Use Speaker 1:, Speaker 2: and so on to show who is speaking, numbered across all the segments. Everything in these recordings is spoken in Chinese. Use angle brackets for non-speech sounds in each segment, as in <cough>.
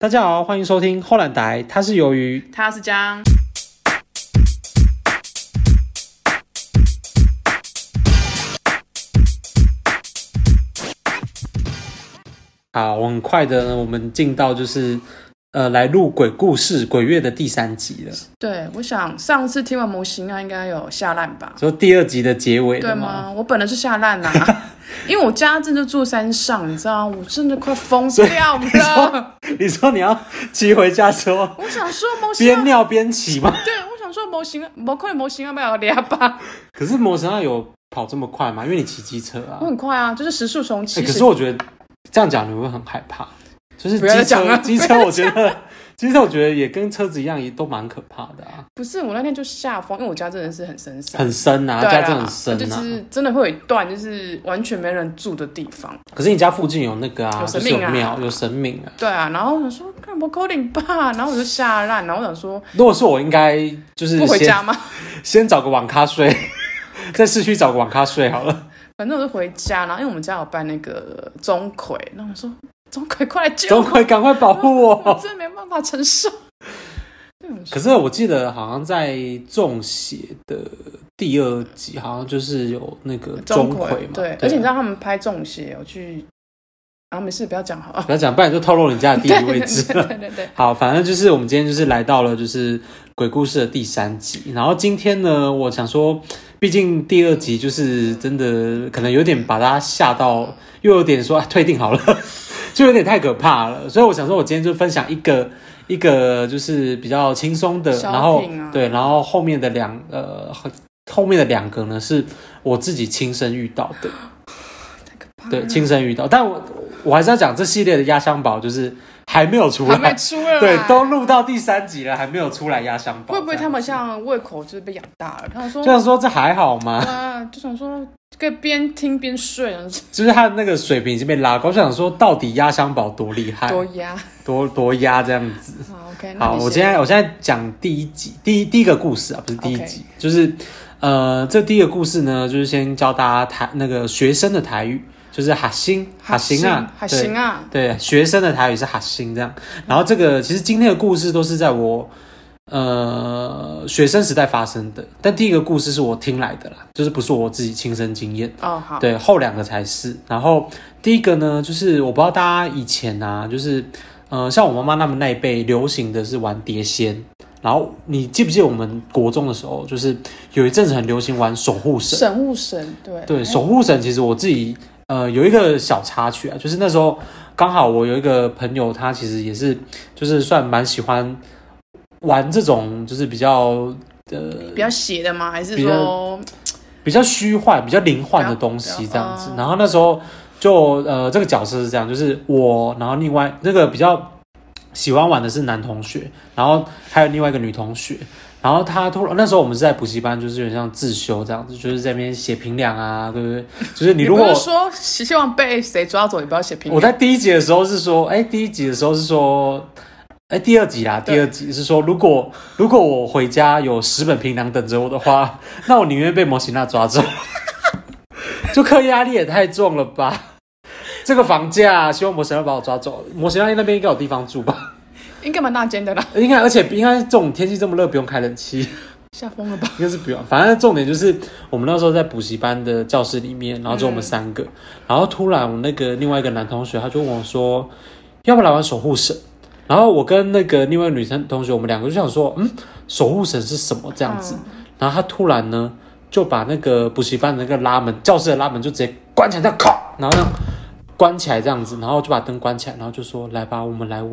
Speaker 1: 大家好，欢迎收听后懒台，它是由于
Speaker 2: 他是将
Speaker 1: 好，我很啊快的呢，我们进到就是呃来录鬼故事鬼月的第三集了，
Speaker 2: 对，我想上次听完模型啊，应该有下烂吧？
Speaker 1: 就第二集的结尾
Speaker 2: 对
Speaker 1: 了
Speaker 2: 吗？
Speaker 1: 吗？
Speaker 2: 我本来是下烂啦、
Speaker 1: <laughs>
Speaker 2: 因为我家真的住山上，你知道，我真的快疯掉了。
Speaker 1: 你说你要骑回家之
Speaker 2: <laughs>
Speaker 1: 后
Speaker 2: 我想说模型
Speaker 1: 边
Speaker 2: 啊，
Speaker 1: 尿边骑吗？
Speaker 2: 对，我想说模型啊，模块模型要不要聊吧？
Speaker 1: 可是摩神上有跑这么快吗？因为你骑机车啊
Speaker 2: 我。很快啊，就是时速从
Speaker 1: 哎
Speaker 2: 七
Speaker 1: 可
Speaker 2: 十
Speaker 1: 是，我觉得这样讲你会不会很害怕，就是
Speaker 2: 不要
Speaker 1: 机
Speaker 2: 再讲
Speaker 1: 车
Speaker 2: 了
Speaker 1: <laughs> 机车，我觉得 <laughs> 机车我觉得也跟车子一样，也都蛮可怕的啊，
Speaker 2: 不是我那天就吓疯，因为我家真的是很深山。
Speaker 1: 很深啊，
Speaker 2: 对
Speaker 1: 家
Speaker 2: 啊，
Speaker 1: 真的很深
Speaker 2: 就
Speaker 1: 啊。
Speaker 2: 是真的会有一段就是完全没人住的地方，
Speaker 1: 可是你家附近有那个啊，
Speaker 2: 有
Speaker 1: 就
Speaker 2: 神
Speaker 1: 是有
Speaker 2: 明啊
Speaker 1: 庙，有神明啊。
Speaker 2: 对啊，然后我想说干嘛扣零吧，然后我就吓烂，然后我想说
Speaker 1: 如果是我，应该就是
Speaker 2: 不回
Speaker 1: 先
Speaker 2: 家吗？
Speaker 1: 先找个网咖睡， <laughs> 在市区找个网咖睡好
Speaker 2: <laughs>
Speaker 1: 了。
Speaker 2: 反正我就回家，然后因为我们家有办那个钟馗，然后我说钟馗快来救
Speaker 1: 钟
Speaker 2: 我，
Speaker 1: 馗，赶快保护
Speaker 2: 我
Speaker 1: 我！
Speaker 2: 真的没办法承受。对，我
Speaker 1: 可
Speaker 2: 说
Speaker 1: 是我记得好像在《中邪》的第二集，好像就是有那个钟馗嘛。啊
Speaker 2: 对，而且你知道他们拍中邪，我去，然后没事，不要讲好了。
Speaker 1: 不要讲，不然就透露你家的地理位置。<laughs>
Speaker 2: <laughs> 对对对对，
Speaker 1: 好，反正就是我们今天就是来到了就是鬼故事的第三集，然后今天呢，我想说，毕竟第二集就是真的可能有点把大家吓到，又有点说、啊、退订好了， <laughs> 就有点太可怕了，所以我想说，我今天就分享一个一个就是比较轻松的，
Speaker 2: 小
Speaker 1: 然后
Speaker 2: 品啊
Speaker 1: 对，然后后面的两呃后面的两个呢是我自己亲身遇到的，
Speaker 2: 太可怕了。
Speaker 1: 对，亲身遇到，但我我还是要讲这系列的压箱宝就是还没有出来，
Speaker 2: 还没出 <laughs> 来，
Speaker 1: 对，都录到第三集了，还没有出来压箱宝。
Speaker 2: 会不会他们
Speaker 1: 这样
Speaker 2: 像胃口就是被养大了？他们说
Speaker 1: 子？就，像说这还好吗？
Speaker 2: 啊，就想说，可以边听边睡，然后说
Speaker 1: 就是他的那个水平已经被拉高，我想说到底压箱宝多厉害，
Speaker 2: 多
Speaker 1: <laughs>
Speaker 2: 压。
Speaker 1: 多多压这样子。
Speaker 2: 好，OK，那
Speaker 1: 哎好，
Speaker 2: 你
Speaker 1: 我
Speaker 2: 先
Speaker 1: 现在我现在讲第一集，第一第一个故事啊，不是第一
Speaker 2: OK
Speaker 1: 集就是呃，这第一个故事呢，就是先教大家台那个学生的台语，就是哈星哈星啊，
Speaker 2: 还
Speaker 1: 对
Speaker 2: 行啊，
Speaker 1: 对，学生的台语是哈星这样。然后这个其实今天的故事都是在我呃学生时代发生的，但第一个故事是我听来的啦，就是不是我自己亲身经验。
Speaker 2: 哦，好，
Speaker 1: 对，后两个才是。然后第一个呢，就是我不知道大家以前啊，就是呃，像我妈妈他们那一辈流行的是玩碟仙。然后你记不记得我们国中的时候，就是有一阵子很流行玩守护神。
Speaker 2: 神物神，对
Speaker 1: 对，守护神其实我自己呃有一个小插曲啊，就是那时候刚好我有一个朋友，他其实也是就是算蛮喜欢玩这种就是比较呃
Speaker 2: 比较邪的吗？还是
Speaker 1: 比较
Speaker 2: 说
Speaker 1: 比较虚幻、比较灵幻的东
Speaker 2: 比
Speaker 1: 西
Speaker 2: 较
Speaker 1: 这样子
Speaker 2: 哦。
Speaker 1: 然后那时候就呃这个角色是这样，就是我，然后另外那个比较喜欢玩的是男同学，然后还有另外一个女同学。然后他突然，那时候我们是在补习班，就是有点像自修这样子，就是在那边写评量啊，对不对？就是你
Speaker 2: 你
Speaker 1: 如果
Speaker 2: 不是说希望被谁抓走，你不要写评
Speaker 1: 我
Speaker 2: 论？
Speaker 1: 在第一集的时候是说，哎、第一集的时候是说，哎、第二集啦，
Speaker 2: 对
Speaker 1: 第二集是说，如果如果我回家有十本平囊等着我的话，那我宁愿被摩西娜抓走。 <laughs> 就课业压力也太重了吧？这个房价，啊希望摩西娜把我抓走。摩西娜那边应该有地方住吧？
Speaker 2: 应该蛮大间的啦，
Speaker 1: 应该，而且应该这种天气这么热，不用开冷气。
Speaker 2: 吓疯了吧？
Speaker 1: 应该是不用。反正重点就是，我们那时候在补习班的教室里面，然后只有我们三个，然后突然我那个另外一个男同学他就问我说，要不要来玩守护神？然后我跟那个另外一个女生同学，我们两个就想说，嗯，守护神是什么这样子？然后他突然呢就把那个补习班的那个拉门，教室的拉门就直接关起来，这样咔，然后这样关起来这样子，然后就把灯关起来，然后就说来吧，我们来玩。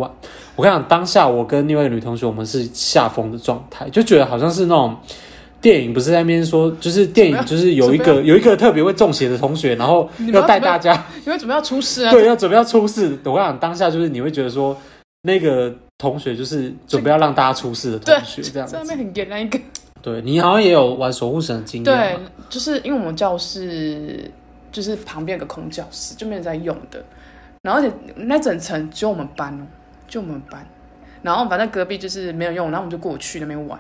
Speaker 1: 我跟你讲，当下我跟另外一个女同学，我们是下风的状态，就觉得好像是那种电影，不是在那边说，就是电影就是有一
Speaker 2: 怎
Speaker 1: 个
Speaker 2: 么
Speaker 1: 有一个特别会中邪的同学，然后
Speaker 2: 你们
Speaker 1: 要
Speaker 2: 要
Speaker 1: 带
Speaker 2: 怎么
Speaker 1: 大
Speaker 2: 样
Speaker 1: 家。
Speaker 2: 因为准备要出事啊，
Speaker 1: 对，要准备要出事。我跟你讲，当下就是你会觉得说，那个同学就是准备要让大家出事的
Speaker 2: 对
Speaker 1: 同学，这样
Speaker 2: 在那
Speaker 1: 子。
Speaker 2: 边很严那一个。
Speaker 1: 对你好像也有玩守护神的经验
Speaker 2: 对
Speaker 1: 嘛，，
Speaker 2: 就是因为我们教室就是旁边有个空教室，就没人在用的，然后而且那整层只有我们班哦，就我们班，然后反正隔壁就是没有用，然后我们就过去那边玩。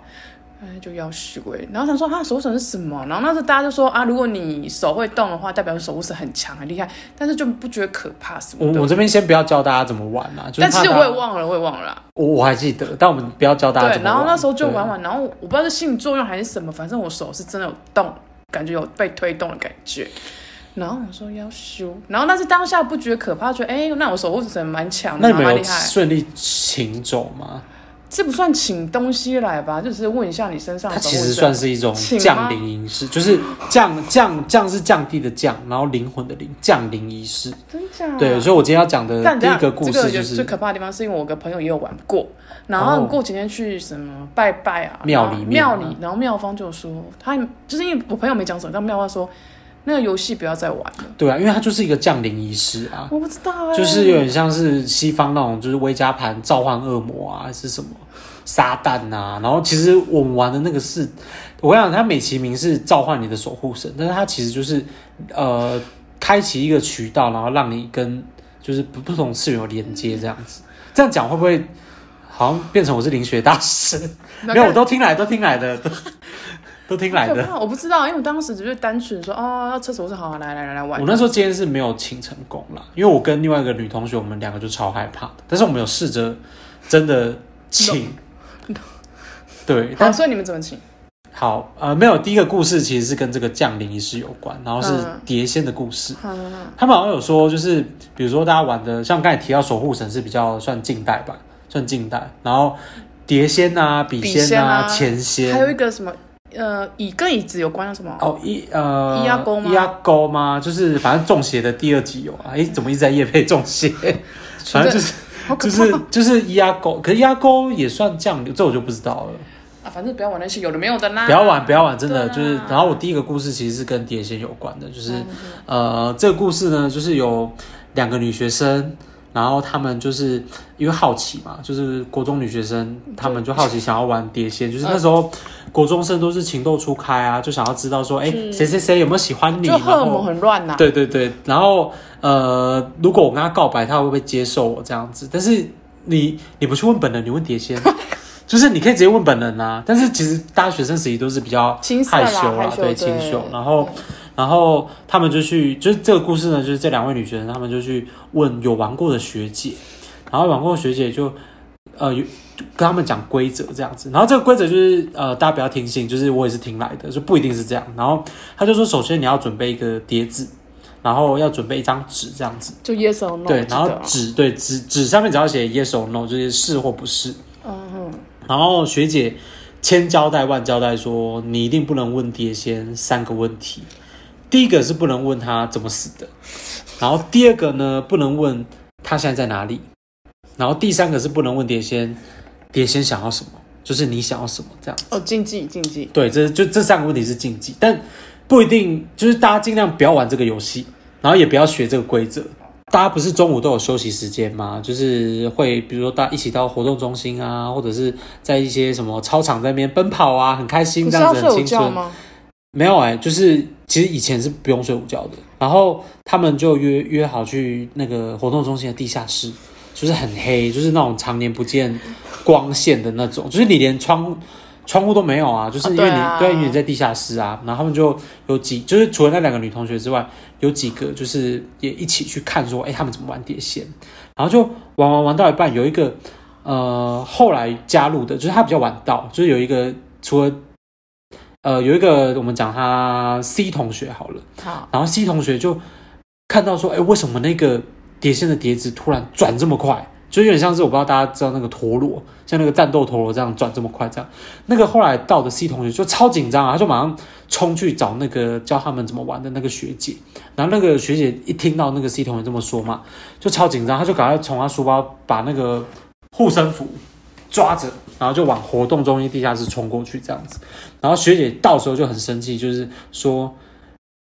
Speaker 2: 哎，就要许过然后他说啊，守护神是什么？然后那时候大家就说啊，如果你手会动的话，代表守护神很强很厉害，但是就不觉得可怕什
Speaker 1: 我
Speaker 2: 么的。
Speaker 1: 我这边先不要教大家怎么玩啊，就是
Speaker 2: 但其实
Speaker 1: 怕大
Speaker 2: 我也忘了，我也忘了啦。
Speaker 1: 我我还记得，但我们不要教大家
Speaker 2: 对
Speaker 1: 怎，么
Speaker 2: 然
Speaker 1: 玩。
Speaker 2: 后那时候就
Speaker 1: 对啊
Speaker 2: 玩玩，然后我不知道是心理作用还是什么，反正我手是真的有动，感觉有被推动的感觉。然后我说要修，然后但是当下不觉得可怕，觉得哎、那我手握神蛮强
Speaker 1: 那
Speaker 2: 的，
Speaker 1: 你们
Speaker 2: 蛮
Speaker 1: 有
Speaker 2: 厉害。
Speaker 1: 顺利请走吗？
Speaker 2: 这不算请东西来吧，就只是问一下你身上
Speaker 1: 它
Speaker 2: 的啊守护
Speaker 1: 其
Speaker 2: 神。
Speaker 1: 实算是一种
Speaker 2: 请吗
Speaker 1: 降临仪式，就是降降降是降低的降，然后灵魂的灵，降临仪式。
Speaker 2: 真假？啊
Speaker 1: 对，所以我今天要讲的
Speaker 2: 嗯但
Speaker 1: 呃第
Speaker 2: 等
Speaker 1: 一
Speaker 2: 下
Speaker 1: 个故
Speaker 2: 这个
Speaker 1: 事
Speaker 2: 有
Speaker 1: 就
Speaker 2: 最
Speaker 1: 是
Speaker 2: 可怕的地方，是因为我有个朋友也有玩过，然后
Speaker 1: 哦
Speaker 2: 过几天去什么拜拜啊，
Speaker 1: 庙
Speaker 2: 然后
Speaker 1: 里面
Speaker 2: 庙
Speaker 1: 啊
Speaker 2: 里，然后庙方就说他就是因为我朋友没讲什么，但庙方说那个游戏不要再玩了，
Speaker 1: 对啊，因为它就是一个降临仪式啊，
Speaker 2: 我不知道哎、
Speaker 1: 就是有点像是西方那种，就是微加盘召唤恶魔啊，还是什么撒旦啊。然后其实我们玩的那个是，我跟你讲，它美其名是召唤你的守护神，但是它其实就是呃，开启一个渠道，然后让你跟就是不不同次元有连接这样子。这样讲会不会好像变成我是灵学大师？ <laughs>
Speaker 2: 那
Speaker 1: 没有，
Speaker 2: 看
Speaker 1: 我都听来，都听来的，都都听来
Speaker 2: 可
Speaker 1: 的。
Speaker 2: 怕，我不知道，因为我当时只是单纯说哦，要厕所，我说好、啊，来来来来玩
Speaker 1: 我。那时候今天是没有请成功啦，因为我跟另外一个女同学，我们两个就超害怕的，但是我们有试着真的请。 <laughs> 对，
Speaker 2: 好，
Speaker 1: 但
Speaker 2: 所以你们怎么请？
Speaker 1: 好呃，没有第一个故事其实是跟这个降临仪式有关，然后是
Speaker 2: 嗯
Speaker 1: 碟仙的故事。
Speaker 2: 嗯，
Speaker 1: 他们好像有说，就是比如说大家玩的，像刚才提到守护神是比较算近代吧，算近代，然后碟仙啊、笔
Speaker 2: 笔
Speaker 1: 仙
Speaker 2: 仙
Speaker 1: 啊、
Speaker 2: 啊
Speaker 1: 钱仙，
Speaker 2: 还有一个什么呃，椅跟椅子有关的什么？
Speaker 1: 哦，一呃，
Speaker 2: 一压钩吗
Speaker 1: 一压钩吗？就是反正中邪的第二集有啊。哎，怎么一直在夜配中
Speaker 2: <laughs>
Speaker 1: 邪？反正就是
Speaker 2: 好可
Speaker 1: 就
Speaker 2: 怕、
Speaker 1: 是就是一压钩，可是压钩也算降流，这我就不知道了。
Speaker 2: 啊！反正不要玩那些有的没有的啦。
Speaker 1: 不要玩，不要玩，真的
Speaker 2: 对啊
Speaker 1: 就是。然后我第一个故事其实是跟碟仙有关的，就是呃，这个故事呢，就是有两个女学生。然后她们就是因为好奇嘛，就是国中女学生，她们就好奇想要玩碟仙，就是那时候国中生都是情窦初开啊，就想要知道说，哎，谁谁谁有没有喜欢你，
Speaker 2: 就
Speaker 1: 然
Speaker 2: 荷尔
Speaker 1: 后
Speaker 2: 蒙很乱啊呐、
Speaker 1: 对对对，然后呃，如果我跟他告白，他会不会接受我这样子？但是你你不去问本人，你问碟仙，就是你可以直接问本人啊。但是其实大家学生时期都是比较
Speaker 2: 青涩啦
Speaker 1: 害羞
Speaker 2: 害
Speaker 1: 啦，
Speaker 2: 羞
Speaker 1: 对，
Speaker 2: 对
Speaker 1: 清秀。然后然后他们就去，就是这个故事呢，就是这两位女学生，她们就去问有玩过的学姐，然后玩过的学姐就呃有。跟他们讲规则这样子，然后这个规则就是呃，大家不要听信，就是我也是听来的，就不一定是这样。然后他就说，首先你要准备一个碟子，然后要准备一张纸这样子，
Speaker 2: 就 yes or no
Speaker 1: 对，然后
Speaker 2: 我记啊
Speaker 1: 纸对纸纸上面只要写 yes or no，就是是或不是。
Speaker 2: 得嗯哼，
Speaker 1: 然后学姐千交代万交代说，你一定不能问碟仙三个问题。第一个是不能问他怎么死的，然后第二个呢不能问他现在在哪里，然后第三个是不能问碟仙，碟仙想要什么，就是你想要什么这样。
Speaker 2: 哦，禁忌禁忌，
Speaker 1: 对，这就这三个问题是禁忌，但不一定就是大家尽量不要玩这个游戏，然后也不要学这个规则。大家不是中午都有休息时间吗？就是会，比如说大家一起到活动中心啊，或者是在一些什么操场在那边奔跑啊，很开心，
Speaker 2: 不
Speaker 1: 这
Speaker 2: 是
Speaker 1: 样
Speaker 2: 要
Speaker 1: 子
Speaker 2: 睡
Speaker 1: 很
Speaker 2: 午
Speaker 1: 青
Speaker 2: 觉
Speaker 1: 春。
Speaker 2: 吗？
Speaker 1: 没有哎、就是其实以前是不用睡午觉的，然后他们就约约好去那个活动中心的地下室，就是很黑，就是那种常年不见光线的那种，就是你连窗窗户都没有啊，就是因为你、
Speaker 2: 啊对啊
Speaker 1: 因为你在地下室啊，然后他们就有几就是除了那两个女同学之外，有几个就是也一起去看说，哎、他们怎么玩碟仙，然后就玩玩玩到一半，有一个呃后来加入的，就是他比较晚到，就是有一个除了呃有一个我们讲他 C 同学好了，
Speaker 2: 好，
Speaker 1: 然后 C 同学就看到说，哎、为什么那个碟仙的碟子突然转这么快？就有点像是我不知道大家知道那个陀螺，像那个战斗陀螺这样转这么快，这样那个后来到的 C 同学就超紧张啊，他就马上冲去找那个教他们怎么玩的那个学姐，然后那个学姐一听到那个 C 同学这么说嘛，就超紧张，他就赶快从他书包把那个护身符抓着，然后就往活动中心地下室冲过去这样子，然后学姐到时候就很生气，就是说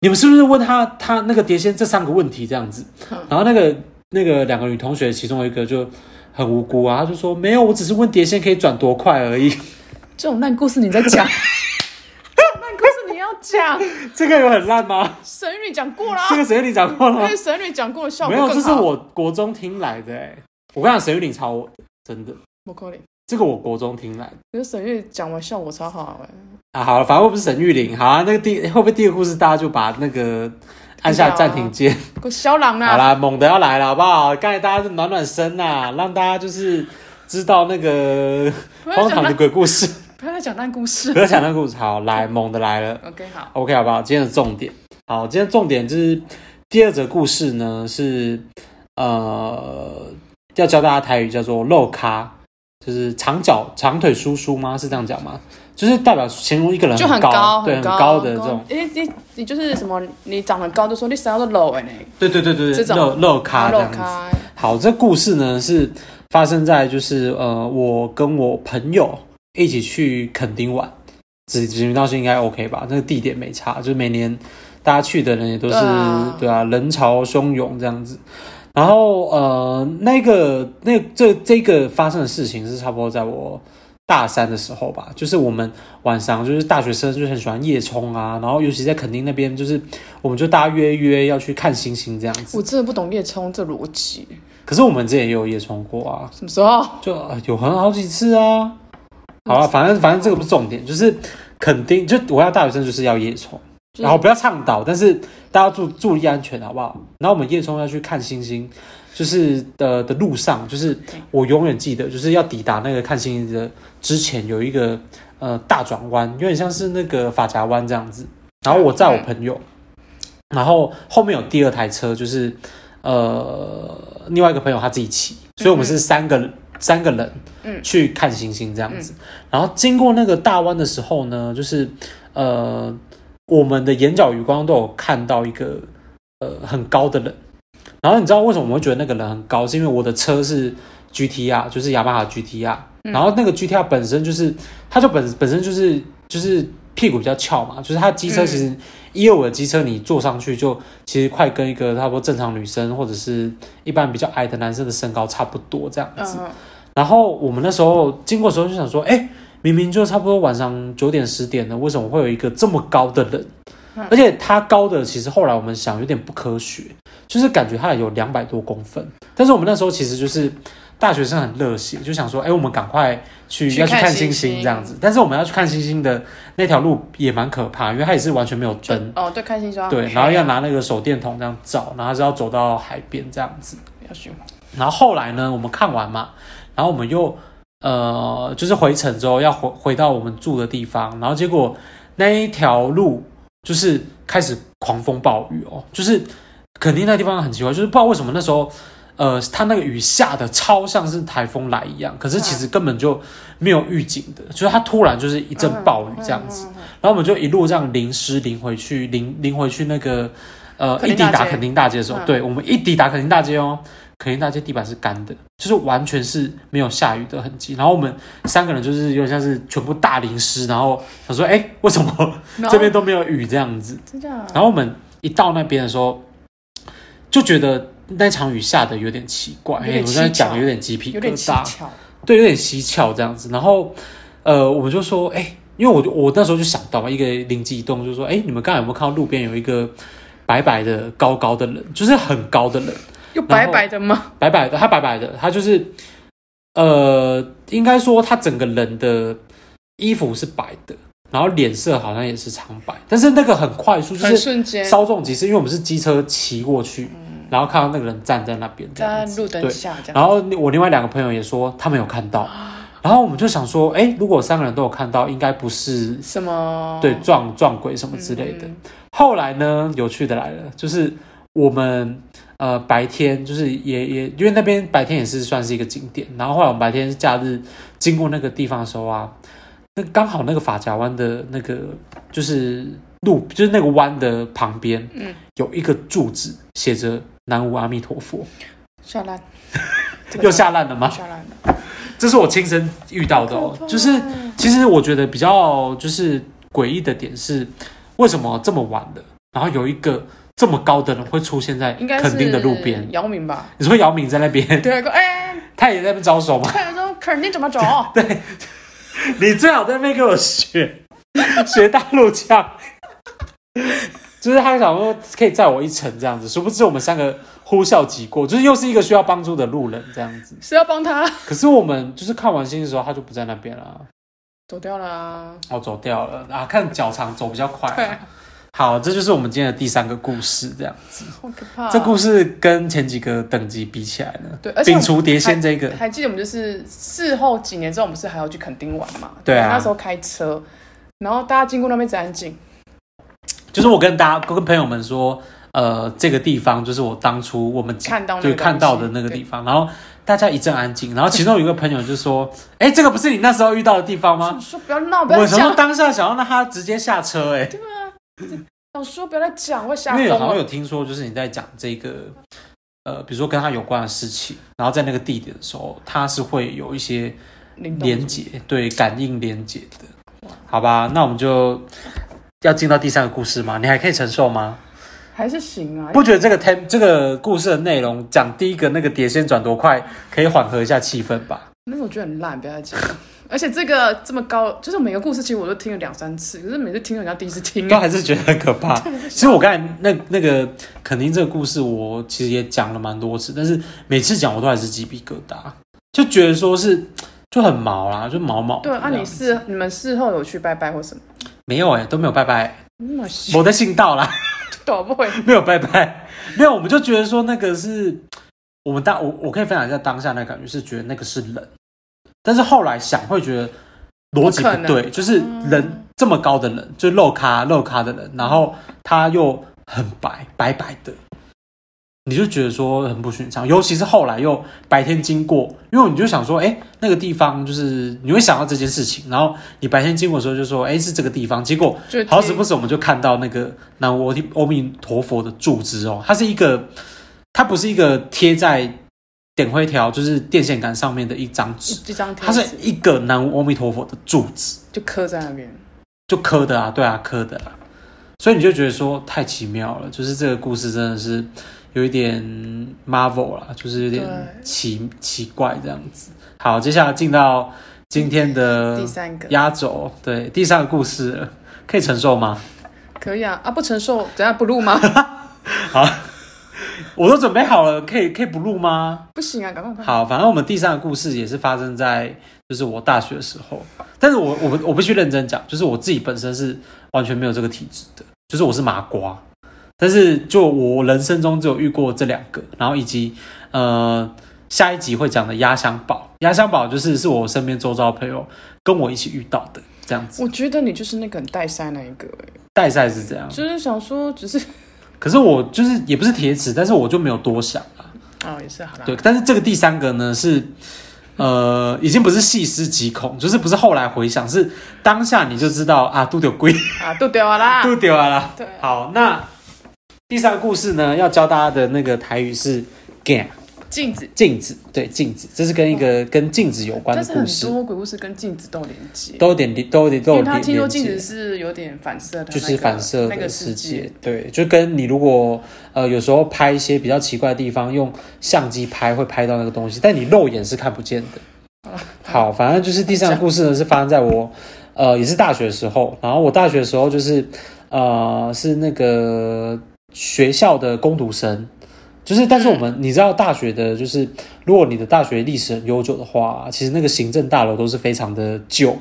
Speaker 1: 你们是不是问他他那个碟仙这三个问题这样子？然后那个那个两个女同学其中一个就很无辜啊，她就说没有，我只是问碟仙可以转多快而已。
Speaker 2: 这种烂故事你在讲，这种烂故事你要讲，
Speaker 1: 这个有很烂吗？
Speaker 2: 神女讲过啦
Speaker 1: 这，个谁跟你讲过了
Speaker 2: 因
Speaker 1: 吗
Speaker 2: <laughs> 为？神女讲过的效
Speaker 1: 没
Speaker 2: 果
Speaker 1: 有，这
Speaker 2: 更
Speaker 1: 是
Speaker 2: 好。
Speaker 1: 欸我国中听来的哎、我跟你讲，谁跟你抄我的？真的，
Speaker 2: 不可能，
Speaker 1: 这个我国中听来的。
Speaker 2: 可是沈月讲完效果超好哎、
Speaker 1: 啊，好了，反正我不是沈玉玲，好啊，那个第会不会第一个故事大家就把那个按下暂停键？
Speaker 2: 欸，肖郎
Speaker 1: 好
Speaker 2: 啊，
Speaker 1: 啦，猛的要来了，好不好？刚才大家是暖暖身呐、让大家就是知道那个
Speaker 2: 不要
Speaker 1: <laughs> 荒唐
Speaker 2: 再
Speaker 1: 的
Speaker 2: 讲烂，
Speaker 1: 鬼故事，
Speaker 2: 不要再讲烂故事
Speaker 1: 不。 <laughs> 要讲那个故事。好，来，猛的来了
Speaker 2: OK，好，
Speaker 1: ，OK，好不好？今天的重点，好，今天重点就是第二则故事呢，是呃要教大家台语叫做肉咖，就是长脚长腿叔叔吗？是这样讲吗？就是代表形容一个人
Speaker 2: 就很
Speaker 1: 嗯高，
Speaker 2: 高，
Speaker 1: 对，很
Speaker 2: 高
Speaker 1: 高的这种。。
Speaker 2: 因为你你就是什么，你长得高就说你身高都 low 哎、欸，
Speaker 1: 对对对对，
Speaker 2: 这种
Speaker 1: 肉肉咖这
Speaker 2: 肉
Speaker 1: 样子。
Speaker 2: 咖，
Speaker 1: 好，这故事呢是发生在就是呃，我跟我朋友一起去垦丁玩，指指名道姓应该 OK 吧？那个地点没差，就是每年大家去的人也都是
Speaker 2: 对啊
Speaker 1: 对啊，人潮汹涌这样子。然后呃，那个那这这个发生的事情是差不多在我大三的时候吧，就是我们晚上就是大学生就很喜欢夜冲啊，然后尤其在垦丁那边，就是我们就大家约一约要去看星星这样子
Speaker 2: 我。真的不懂叶冲这逻辑，
Speaker 1: 可是我们之前也有夜冲过啊，
Speaker 2: 什么时候？
Speaker 1: 就呃有很好几次啊。好
Speaker 2: 嗯
Speaker 1: 了，反正反正这个不是重点，就是肯定就我要大学生就是要夜冲，
Speaker 2: 就是
Speaker 1: 然后不要倡导，但是大家注注意安全好不好？然后我们夜冲要去看星星，就是的的路上，就是我永远记得，就是要抵达那个看星星的之前有一个呃大转弯，有点像是那个法夹弯这样子。然后我载我朋友，然后后面有第二台车，就是呃另外一个朋友他自己骑，所以我们是三个人、三个人
Speaker 2: 嗯
Speaker 1: 去看星星这样子。然后经过那个大湾的时候呢，就是呃我们的眼角余光都有看到一个呃很高的人。然后你知道为什么我们会觉得那个人很高？是因为我的车是 GTR，就是雅马哈 GTR，、
Speaker 2: 嗯
Speaker 1: 然后那个 GTR 本身就是，它就本本身就是就是屁股比较翘嘛，就是它机车其
Speaker 2: 嗯
Speaker 1: 实一二五的机车你坐上去就其实快跟一个差不多正常女生或者是一般比较矮的男生的身高差不多这样
Speaker 2: 嗯
Speaker 1: 子。
Speaker 2: 嗯
Speaker 1: 然后我们那时候经过的时候就想说，哎，明明就差不多晚上九点十点了，为什么会有一个这么高的人
Speaker 2: 嗯？
Speaker 1: 而且他高的，其实后来我们想有点不科学，就是感觉他有两百多公分。但是我们那时候其实就是大学生很热血，就想说，哎，我们赶快去
Speaker 2: 去
Speaker 1: 要去
Speaker 2: 看
Speaker 1: 看
Speaker 2: 星
Speaker 1: 星星
Speaker 2: 星
Speaker 1: 这样子。但是我们要去看星星的那条路也蛮可怕，因为它也是完全没有
Speaker 2: 就
Speaker 1: 灯，
Speaker 2: 哦，对，看星星
Speaker 1: 对，然后要拿那个手电筒这样照，然后是要走到海边这样子。
Speaker 2: 要学，
Speaker 1: 然后后来呢，我们看完嘛，然后我们又呃，就是回程之后要回回到我们住的地方，然后结果那一条路就是开始狂风暴雨哦，就是肯定那地方很奇怪，就是不知道为什么那时候。呃，它那个雨下的超像是台风来一样，可是其实根本就没有预警的，就是它突然就是一阵暴雨这样子，
Speaker 2: 嗯，嗯嗯嗯
Speaker 1: 然后我们就一路这样淋湿淋回去，淋淋回去那个呃
Speaker 2: 垦
Speaker 1: 一
Speaker 2: 丁
Speaker 1: 抵
Speaker 2: 大街
Speaker 1: 达垦丁大街的时候，
Speaker 2: 嗯
Speaker 1: 对我们一抵达垦丁大街哦，垦丁大街地板是干的，就是完全是没有下雨的痕迹。然后我们三个人就是有点像是全部大淋湿，然后想说，哎，为什么
Speaker 2: 嗯然后
Speaker 1: 这边都没有雨这样子？
Speaker 2: 真的啊，
Speaker 1: 然后我们一到那边的时候，就觉得那场雨下的有点奇怪，哎
Speaker 2: 有点
Speaker 1: 我刚才
Speaker 2: 蹊
Speaker 1: 讲的
Speaker 2: 跷
Speaker 1: 有点鸡皮疙瘩，
Speaker 2: 有点蹊跷，
Speaker 1: 对，有点蹊跷这样子。然后，呃，我们就说，哎、因为我就我那时候就想到嘛，一个灵机一动，就说，哎、你们刚才有没有看到路边有一个白白的、高高的人，就是很高的人，
Speaker 2: 又白白的吗？
Speaker 1: 白白的，他白白的，他就是，呃，应该说他整个人的衣服是白的，然后脸色好像也是苍白，但是那个很快速，就
Speaker 2: 很
Speaker 1: 是
Speaker 2: 瞬间，
Speaker 1: 稍纵即逝，因为我们是机车骑过去，然后看到那个人站在那边这
Speaker 2: 在
Speaker 1: 样子，
Speaker 2: 路
Speaker 1: 对
Speaker 2: 灯下这样，
Speaker 1: 然后我另外两个朋友也说他们有看到，然后我们就想说，哎，如果三个人都有看到，应该不是
Speaker 2: 什么
Speaker 1: 对撞撞鬼什么之类
Speaker 2: 嗯
Speaker 1: 的。后来呢，有趣的来了，就是我们呃白天就是也也因为那边白天也是算是一个景点，然后后来我们白天假日经过那个地方的时候啊，那刚好那个法夹湾的那个就是路就是那个湾的旁边，
Speaker 2: 嗯，
Speaker 1: 有一个柱子写着南无阿弥陀佛，
Speaker 2: 下烂
Speaker 1: <laughs> ，又下烂了吗？
Speaker 2: 下烂了，
Speaker 1: 这是我亲身遇到的哦
Speaker 2: 好可。怕
Speaker 1: 就是其实我觉得比较就是诡异的点是，为什么这么晚了，然后有一个这么高的人会出现在
Speaker 2: 应该
Speaker 1: 垦
Speaker 2: 是
Speaker 1: 丁的路边？
Speaker 2: 姚明吧？
Speaker 1: 你说姚明在那边， <laughs>
Speaker 2: 对，说哎，
Speaker 1: 他也在那边招手吗？
Speaker 2: 快说肯定怎么走？
Speaker 1: <laughs> 你最好在那边给我学 <laughs> 学大陆腔，就是他想说可以载我一程这样子，殊不知我们三个。呼啸即过，就是又是一个需要帮助的路人这样子。
Speaker 2: 是要帮他
Speaker 1: 可是我们就是看完星的时候，他就不在那边了，啊
Speaker 2: 走掉了啊。哎
Speaker 1: 哦，走掉了啊，看脚长走比较快、
Speaker 2: 对
Speaker 1: 啊。，好，这就是我们今天的第三个故事，这样。
Speaker 2: 好可怕、
Speaker 1: 这故事跟前几个等级比起来呢，
Speaker 2: 对，而且
Speaker 1: 摒
Speaker 2: 我们
Speaker 1: 除碟仙这个，
Speaker 2: 还记得我们就是事后几年之后，我们是还要去垦丁玩嘛？
Speaker 1: 对啊
Speaker 2: 那时候开车，然后大家经过那边只安静，
Speaker 1: 就是我跟大家跟朋友们说，呃，这个地方就是我当初我们
Speaker 2: 看到那个
Speaker 1: 对
Speaker 2: 东西
Speaker 1: 看到的那个地方，然后大家一阵安静，然后其中有一个朋友就说：“ <laughs> 哎、这个不是你那时候遇到的地方
Speaker 2: 对
Speaker 1: 吗
Speaker 2: 我说不要闹，？”不
Speaker 1: 啊我
Speaker 2: 要
Speaker 1: 想说
Speaker 2: 讲，
Speaker 1: 当下想要让他直接下车、哎，
Speaker 2: 啊我说不要再讲，我会吓
Speaker 1: 因为
Speaker 2: 疯
Speaker 1: 有好像有
Speaker 2: 了。
Speaker 1: 听说，就是你在讲这个，呃，比如说跟他有关的事情，然后在那个地点的时候，他是会有一些
Speaker 2: 灵动
Speaker 1: 连接，对，感应连接的，好吧？那我们就要进到第三个故事吗？你还可以承受吗？
Speaker 2: 还是行啊，
Speaker 1: 不觉得这个 tem 这个故事的内容讲第一个那个碟仙转多快，可以缓和一下气氛吧？
Speaker 2: 那我觉得很烂，不要再讲。 <laughs> 而且这个这么高，就是每个故事其实我都听了两三次，可是每次听人家第一次听
Speaker 1: 都，还是觉得很可怕。其实我刚才那那个肯定这个故事，我其实也讲了蛮多次，但是每次讲我都还是鸡皮疙瘩，就觉得说是就很毛啦，就毛毛的
Speaker 2: 对
Speaker 1: 这样。
Speaker 2: 啊，你事你们事后有去拜拜或什么？
Speaker 1: 没有哎、都没有拜拜，
Speaker 2: 那 <laughs> 么小
Speaker 1: 我的信道啦，
Speaker 2: 倒不回，
Speaker 1: <laughs> 没有拜拜，没有，我们就觉得说那个是我们当我我可以分享一下当下那感觉，是觉得那个是人，但是后来想会觉得逻辑
Speaker 2: 不可
Speaker 1: 不
Speaker 2: 能嗯
Speaker 1: 对，就是人这么高的人，就肉咖肉咖的人，然后他又很白白白的，你就觉得说很不寻常，尤其是后来又白天经过，因为你就想说，哎、那个地方就是你会想到这件事情，然后你白天经过的时候就说，哎、是这个地方，结果
Speaker 2: 就
Speaker 1: 好死不死，我们就看到那个南无阿弥陀佛的柱子哦，它是一个，它不是一个贴在点灰条，就是电线杆上面的一张纸，
Speaker 2: 一一张贴
Speaker 1: 它是
Speaker 2: 纸
Speaker 1: 一个南无阿弥陀佛的柱子，
Speaker 2: 就刻在那边，
Speaker 1: 就刻的啊，对啊，刻的啊，所以你就觉得说太奇妙了，就是这个故事真的是有一点 marvel 啦，就是有点
Speaker 2: 对
Speaker 1: 奇奇怪这样子。好，接下来进到今天的
Speaker 2: 第三个
Speaker 1: 压轴，对第三个故事了可以承受吗？
Speaker 2: 可以啊啊不承受，等下不
Speaker 1: <laughs>
Speaker 2: 录吗？
Speaker 1: 我都准备好了，可以可以不录吗？
Speaker 2: 不行啊，赶快赶快。
Speaker 1: 好，反正我们第三个故事也是发生在就是我大学的时候，但是我我我必须认真讲，就是我自己本身是完全没有这个体质的，就是我是麻瓜，但是就我人生中只有遇过这两个，然后以及呃下一集会讲的压箱宝，压箱宝就是是我身边周遭的朋友跟我一起遇到的这样子，
Speaker 2: 我觉得你就是那个很带塞那一个、欸，
Speaker 1: 代赛是这样，
Speaker 2: 就是想说，只是
Speaker 1: 可是我就是也不是铁齿，但是我就没有多想啊。
Speaker 2: 啊、也是好啦。
Speaker 1: 对，但是这个第三个呢是，呃，已经不是细思极恐，就是不是后来回想，是当下你就知道啊，都丢龟，
Speaker 2: <laughs> 啊，都掉了啦。
Speaker 1: 都丢啊啦。
Speaker 2: 对啊，
Speaker 1: 好，那第三个故事呢，要教大家的那个台语是 “gan”
Speaker 2: 镜子，
Speaker 1: 镜子，对镜子，这是跟一个跟镜子有关
Speaker 2: 但
Speaker 1: 的
Speaker 2: 是
Speaker 1: 故
Speaker 2: 很
Speaker 1: 事，
Speaker 2: 多鬼故事跟镜子都有连接，
Speaker 1: 都有点连都有点都
Speaker 2: 因
Speaker 1: 有
Speaker 2: 为他
Speaker 1: 点
Speaker 2: 听说
Speaker 1: 连
Speaker 2: 镜
Speaker 1: 接
Speaker 2: 子。是有点反射的、那
Speaker 1: 就
Speaker 2: 个，
Speaker 1: 是反射
Speaker 2: 那个
Speaker 1: 的
Speaker 2: 世
Speaker 1: 世界，，对，就跟你如果呃有时候拍一些比较奇怪的地方，用相机拍会拍到那个东西，但你肉眼是看不见的。
Speaker 2: 哦
Speaker 1: 好，反正就是第三个故事呢，是发生在我，呃，也是大学的时候。然后我大学的时候就是，呃，是那个学校的攻读生，就是但是
Speaker 2: 嗯
Speaker 1: 我们、你知道大学的，就是如果你的大学历史很悠久的话，其实那个行政大楼都是非常的旧，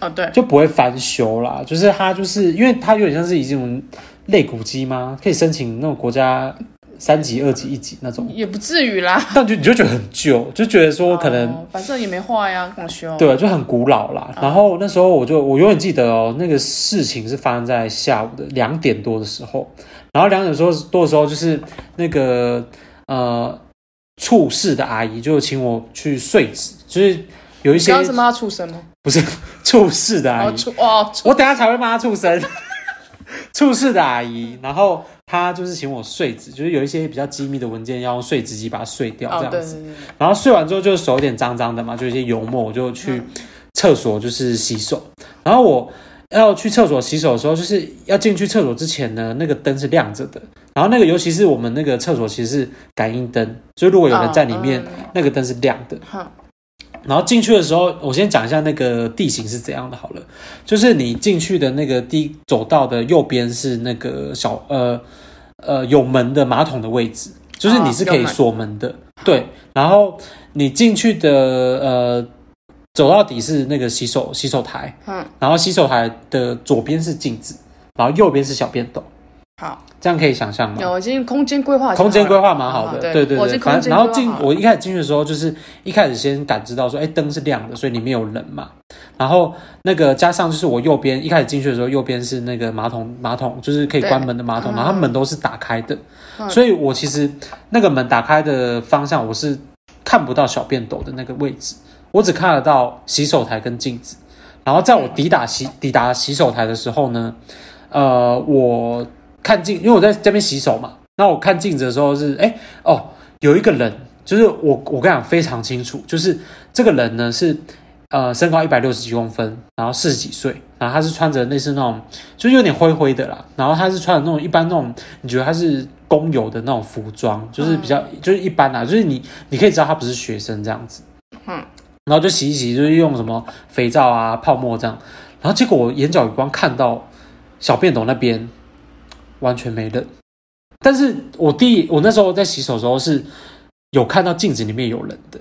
Speaker 2: 哦，对，
Speaker 1: 就不会翻修啦。就是它就是因为它有点像是一种类古迹吗？可以申请那种国家三级、二级、一级那种，
Speaker 2: 也不至于啦。
Speaker 1: 但就你就觉得很旧，就觉得说可能。
Speaker 2: 哦反嗯正也没坏呀、跟我修。
Speaker 1: 对，啊就很古老啦。然后那时候我就我永远记得哦，那个事情是发生在下午的两点多的时候，然后两点多多的时候就是那个呃处室的阿姨就请我去睡纸，就是有一
Speaker 2: 你
Speaker 1: 些哎
Speaker 2: 刚刚是骂他畜生吗？
Speaker 1: 不是 <laughs> 处室的阿
Speaker 2: 哦，
Speaker 1: 姨，
Speaker 2: 畜哦，畜
Speaker 1: 我等一下才会骂她畜生。 <laughs> 处室的阿姨，然后她就是请我碎纸，就是有一些比较机密的文件要用碎纸机把它碎掉，这
Speaker 2: 哦，
Speaker 1: 样
Speaker 2: 对
Speaker 1: 子。
Speaker 2: 对对，
Speaker 1: 然后睡完之后就手有点脏脏的嘛，就有一些油墨，我就去厕所就是洗手。然后我要去厕所洗手的时候，就是要进去厕所之前呢，那个灯是亮着的。然后那个尤其是我们那个厕所其实是感应灯，所以如果有人在里面，
Speaker 2: 哦嗯
Speaker 1: 那个灯是亮的。
Speaker 2: 好
Speaker 1: 然后进去的时候，我先讲一下那个地形是怎样的好了。就是你进去的那个第走道的右边是那个小呃呃有门的马桶的位置，就是你是可以锁门的，对。然后你进去的呃，走到底是那个洗手洗手台，
Speaker 2: 嗯，
Speaker 1: 然后洗手台的左边是镜子，然后右边是小便斗，
Speaker 2: 好，
Speaker 1: 这样可以想象吗？
Speaker 2: 有已经空间规划已经
Speaker 1: 嗯
Speaker 2: 好了，
Speaker 1: 空间规划蛮好的，
Speaker 2: 啊对
Speaker 1: 对对
Speaker 2: 我是
Speaker 1: 对，
Speaker 2: 空
Speaker 1: 反正
Speaker 2: 间
Speaker 1: 然后
Speaker 2: 规
Speaker 1: 进
Speaker 2: 划好了
Speaker 1: 我一开始进去的时候，就是一开始先感知到说，哎，灯是亮的，所以里面有人嘛。然后那个加上就是我右边一开始进去的时候，右边是那个马桶马桶，就是可以
Speaker 2: 对
Speaker 1: 关门的马桶，
Speaker 2: 嗯
Speaker 1: 然后它门都是打开的，
Speaker 2: 嗯
Speaker 1: 所以我其实那个门打开的方向我是看不到小便斗的那个位置，我只看得到洗手台跟镜子。然后在我抵达
Speaker 2: 嗯
Speaker 1: 洗抵达洗手台的时候呢，呃，我看镜，因为我在这边洗手嘛，那我看镜子的时候是，哎、哦，有一个人，就是我，我跟你讲非常清楚，就是这个人呢是，呃，身高一百六十几公分，然后四十几岁，然后他是穿着类似那种，就是有点灰灰的啦，然后他是穿着那种一般那种，你觉得他是工友的那种服装，就是比较、就是一般啦，就是你你可以知道他不是学生这样子，
Speaker 2: 嗯，
Speaker 1: 然后就洗一洗，就是用什么肥皂啊、泡沫这样，然后结果我眼角余光看到小便斗那边完全没人，但是我第我那时候在洗手的时候是有看到镜子里面有人的，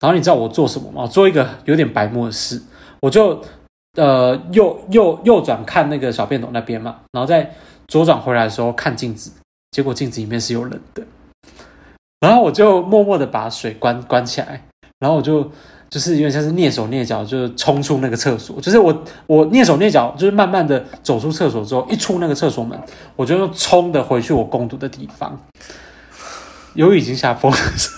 Speaker 1: 然后你知道我做什么吗？我做一个有点白目的事，我就呃右右右转看那个小便斗那边嘛，然后再左转回来的时候看镜子，结果镜子里面是有人的，然后我就默默的把水关关起来，然后我就。就是有点像是蹑手蹑脚，就冲出那个厕所。就是我，我蹑手蹑脚，就是慢慢的走出厕所之后，一出那个厕所门，我就又冲的回去我攻读的地方。由于已经下风，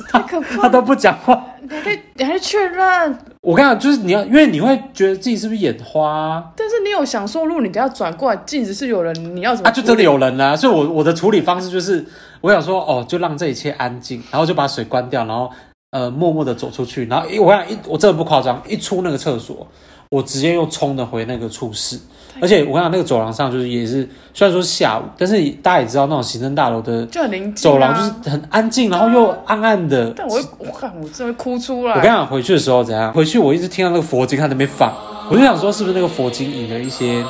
Speaker 2: 太可怕
Speaker 1: 他
Speaker 2: 了，
Speaker 1: 都不讲话。
Speaker 2: 你还可以你还是确认，
Speaker 1: 我跟你讲，就是你要，因为你会觉得自己是不是眼花啊？
Speaker 2: 但是你有想说，如果你等下转过来，镜子是有人，你要怎么？
Speaker 1: 啊就真的有人啦、所以我我的处理方式就是，我想说哦，就让这一切安静，然后就把水关掉，然后呃默默的走出去，然后一我想一我真的不夸张，一出那个厕所，我直接又冲的回那个处室，
Speaker 2: 哎
Speaker 1: 而且我跟你讲，那个走廊上就是也是虽然说下午，但是大家也知道那种行政大楼的
Speaker 2: 就很宁静、啊，
Speaker 1: 走廊就是很安静，然后又暗暗的，
Speaker 2: 但我会，我看我真的会哭出
Speaker 1: 我跟
Speaker 2: 来。
Speaker 1: 你讲，回去的时候怎样？回去我一直听到那个佛经，他在那边放，我就想说是不是那个佛经引了一些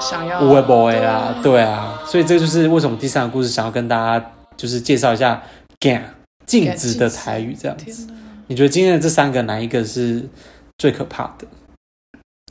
Speaker 2: 想要
Speaker 1: 无为 boy 啦？哦对啊，所以这就是为什么第三个故事想要跟大家就是介绍一下 “gan” 镜子的台语这样
Speaker 2: 天
Speaker 1: 子。
Speaker 2: 哪，
Speaker 1: 你觉得今天的这三个哪一个是最可怕的？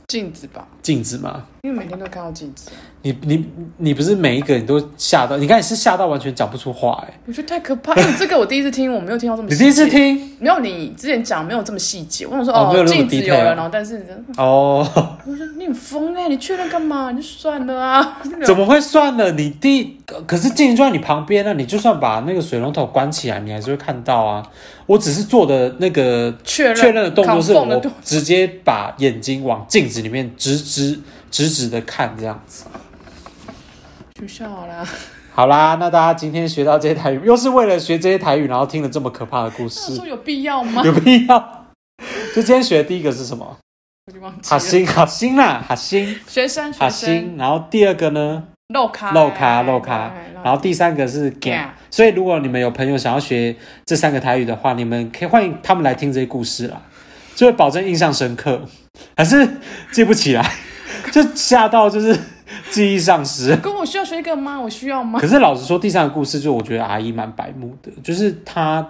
Speaker 2: 镜子吧，
Speaker 1: 镜子吗？
Speaker 2: 因为每天都看到镜子，
Speaker 1: 你你你不是每一个你都吓到？你看你是吓到完全讲不出话哎、
Speaker 2: 我觉得太可怕。因 <laughs> 为这个我第一次听，我没有听到这么
Speaker 1: 你
Speaker 2: 细节。
Speaker 1: 第一次听
Speaker 2: 没有你之前讲没有这么细节，我想说
Speaker 1: 哦没有那么
Speaker 2: 镜子
Speaker 1: detail
Speaker 2: 有人哦，但是
Speaker 1: 哦？
Speaker 2: 我说你很疯哎、你确认干嘛？你就算了啊，
Speaker 1: 怎么会算了？你第可是镜子就在你旁边啊，你就算把那个水龙头关起来，你还是会看到啊。我只是做的那个
Speaker 2: 确认
Speaker 1: 确认的动作是
Speaker 2: confirm 的
Speaker 1: 我
Speaker 2: 动
Speaker 1: 直接把眼睛往镜子里面直直直直的看这样子。
Speaker 2: 取消好啦，
Speaker 1: 好啦，那大家今天学到这些台语，又是为了学这些台语，然后听了这么可怕的故
Speaker 2: 他
Speaker 1: 事
Speaker 2: 说，有必要吗？
Speaker 1: 有必要？就今天学的第一个是什么？
Speaker 2: 我 <laughs> 就忘记
Speaker 1: 哈
Speaker 2: 了。
Speaker 1: 星，哈星啦，哈星，
Speaker 2: 学生
Speaker 1: 哈
Speaker 2: 学生
Speaker 1: 星。然后第二个呢？
Speaker 2: 漏哎咖
Speaker 1: 漏咖漏咖
Speaker 2: 对，
Speaker 1: 然后第三个是 g a
Speaker 2: gang
Speaker 1: n 所以如果你们有朋友想要学这三个台语的话，你们可以欢迎他们来听这些故事啦，就会保证印象深刻， <laughs> 还是记不起来， <laughs> 就吓到就是记忆丧失。
Speaker 2: 跟我需要学一个吗？我需要吗
Speaker 1: 可？是老实说，第三个故事就我觉得阿姨蛮白目的，就是她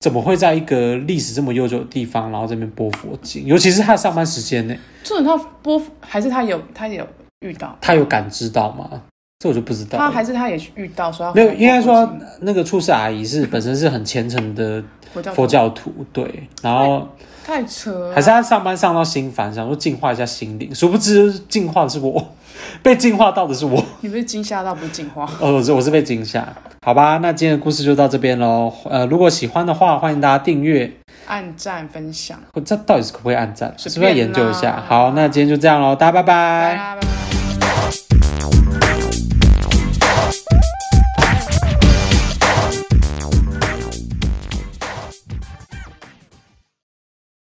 Speaker 1: 怎么会在一个历史这么悠久的地方，然后这边播佛经，尤其是她的上班时间呢，
Speaker 2: 这种他播还是他有他有遇到，
Speaker 1: 她有感知到吗？这我就不知道了。
Speaker 2: 他还是他也遇到说他
Speaker 1: 没有，
Speaker 2: 回
Speaker 1: 应该说
Speaker 2: 回
Speaker 1: 那个出世阿姨是本身是很虔诚的
Speaker 2: 回教
Speaker 1: 佛教徒，对，然后
Speaker 2: 太扯了，
Speaker 1: 还是他上班上到心烦，想说净化一下心灵，殊不知净化的是我， <laughs> 被净化到的是我，
Speaker 2: 你不是惊吓到不是进化。
Speaker 1: 哦，我是我是被惊吓，好吧，那今天的故事就到这边喽，呃，如果喜欢的话，欢迎大家订阅，
Speaker 2: 按赞分享，
Speaker 1: 这到底是可不可以按赞，
Speaker 2: 随
Speaker 1: 是不是要
Speaker 2: 便
Speaker 1: 研究一
Speaker 2: 啦
Speaker 1: 下？好，那今天就这样喽，大家拜
Speaker 2: 拜啦拜拜。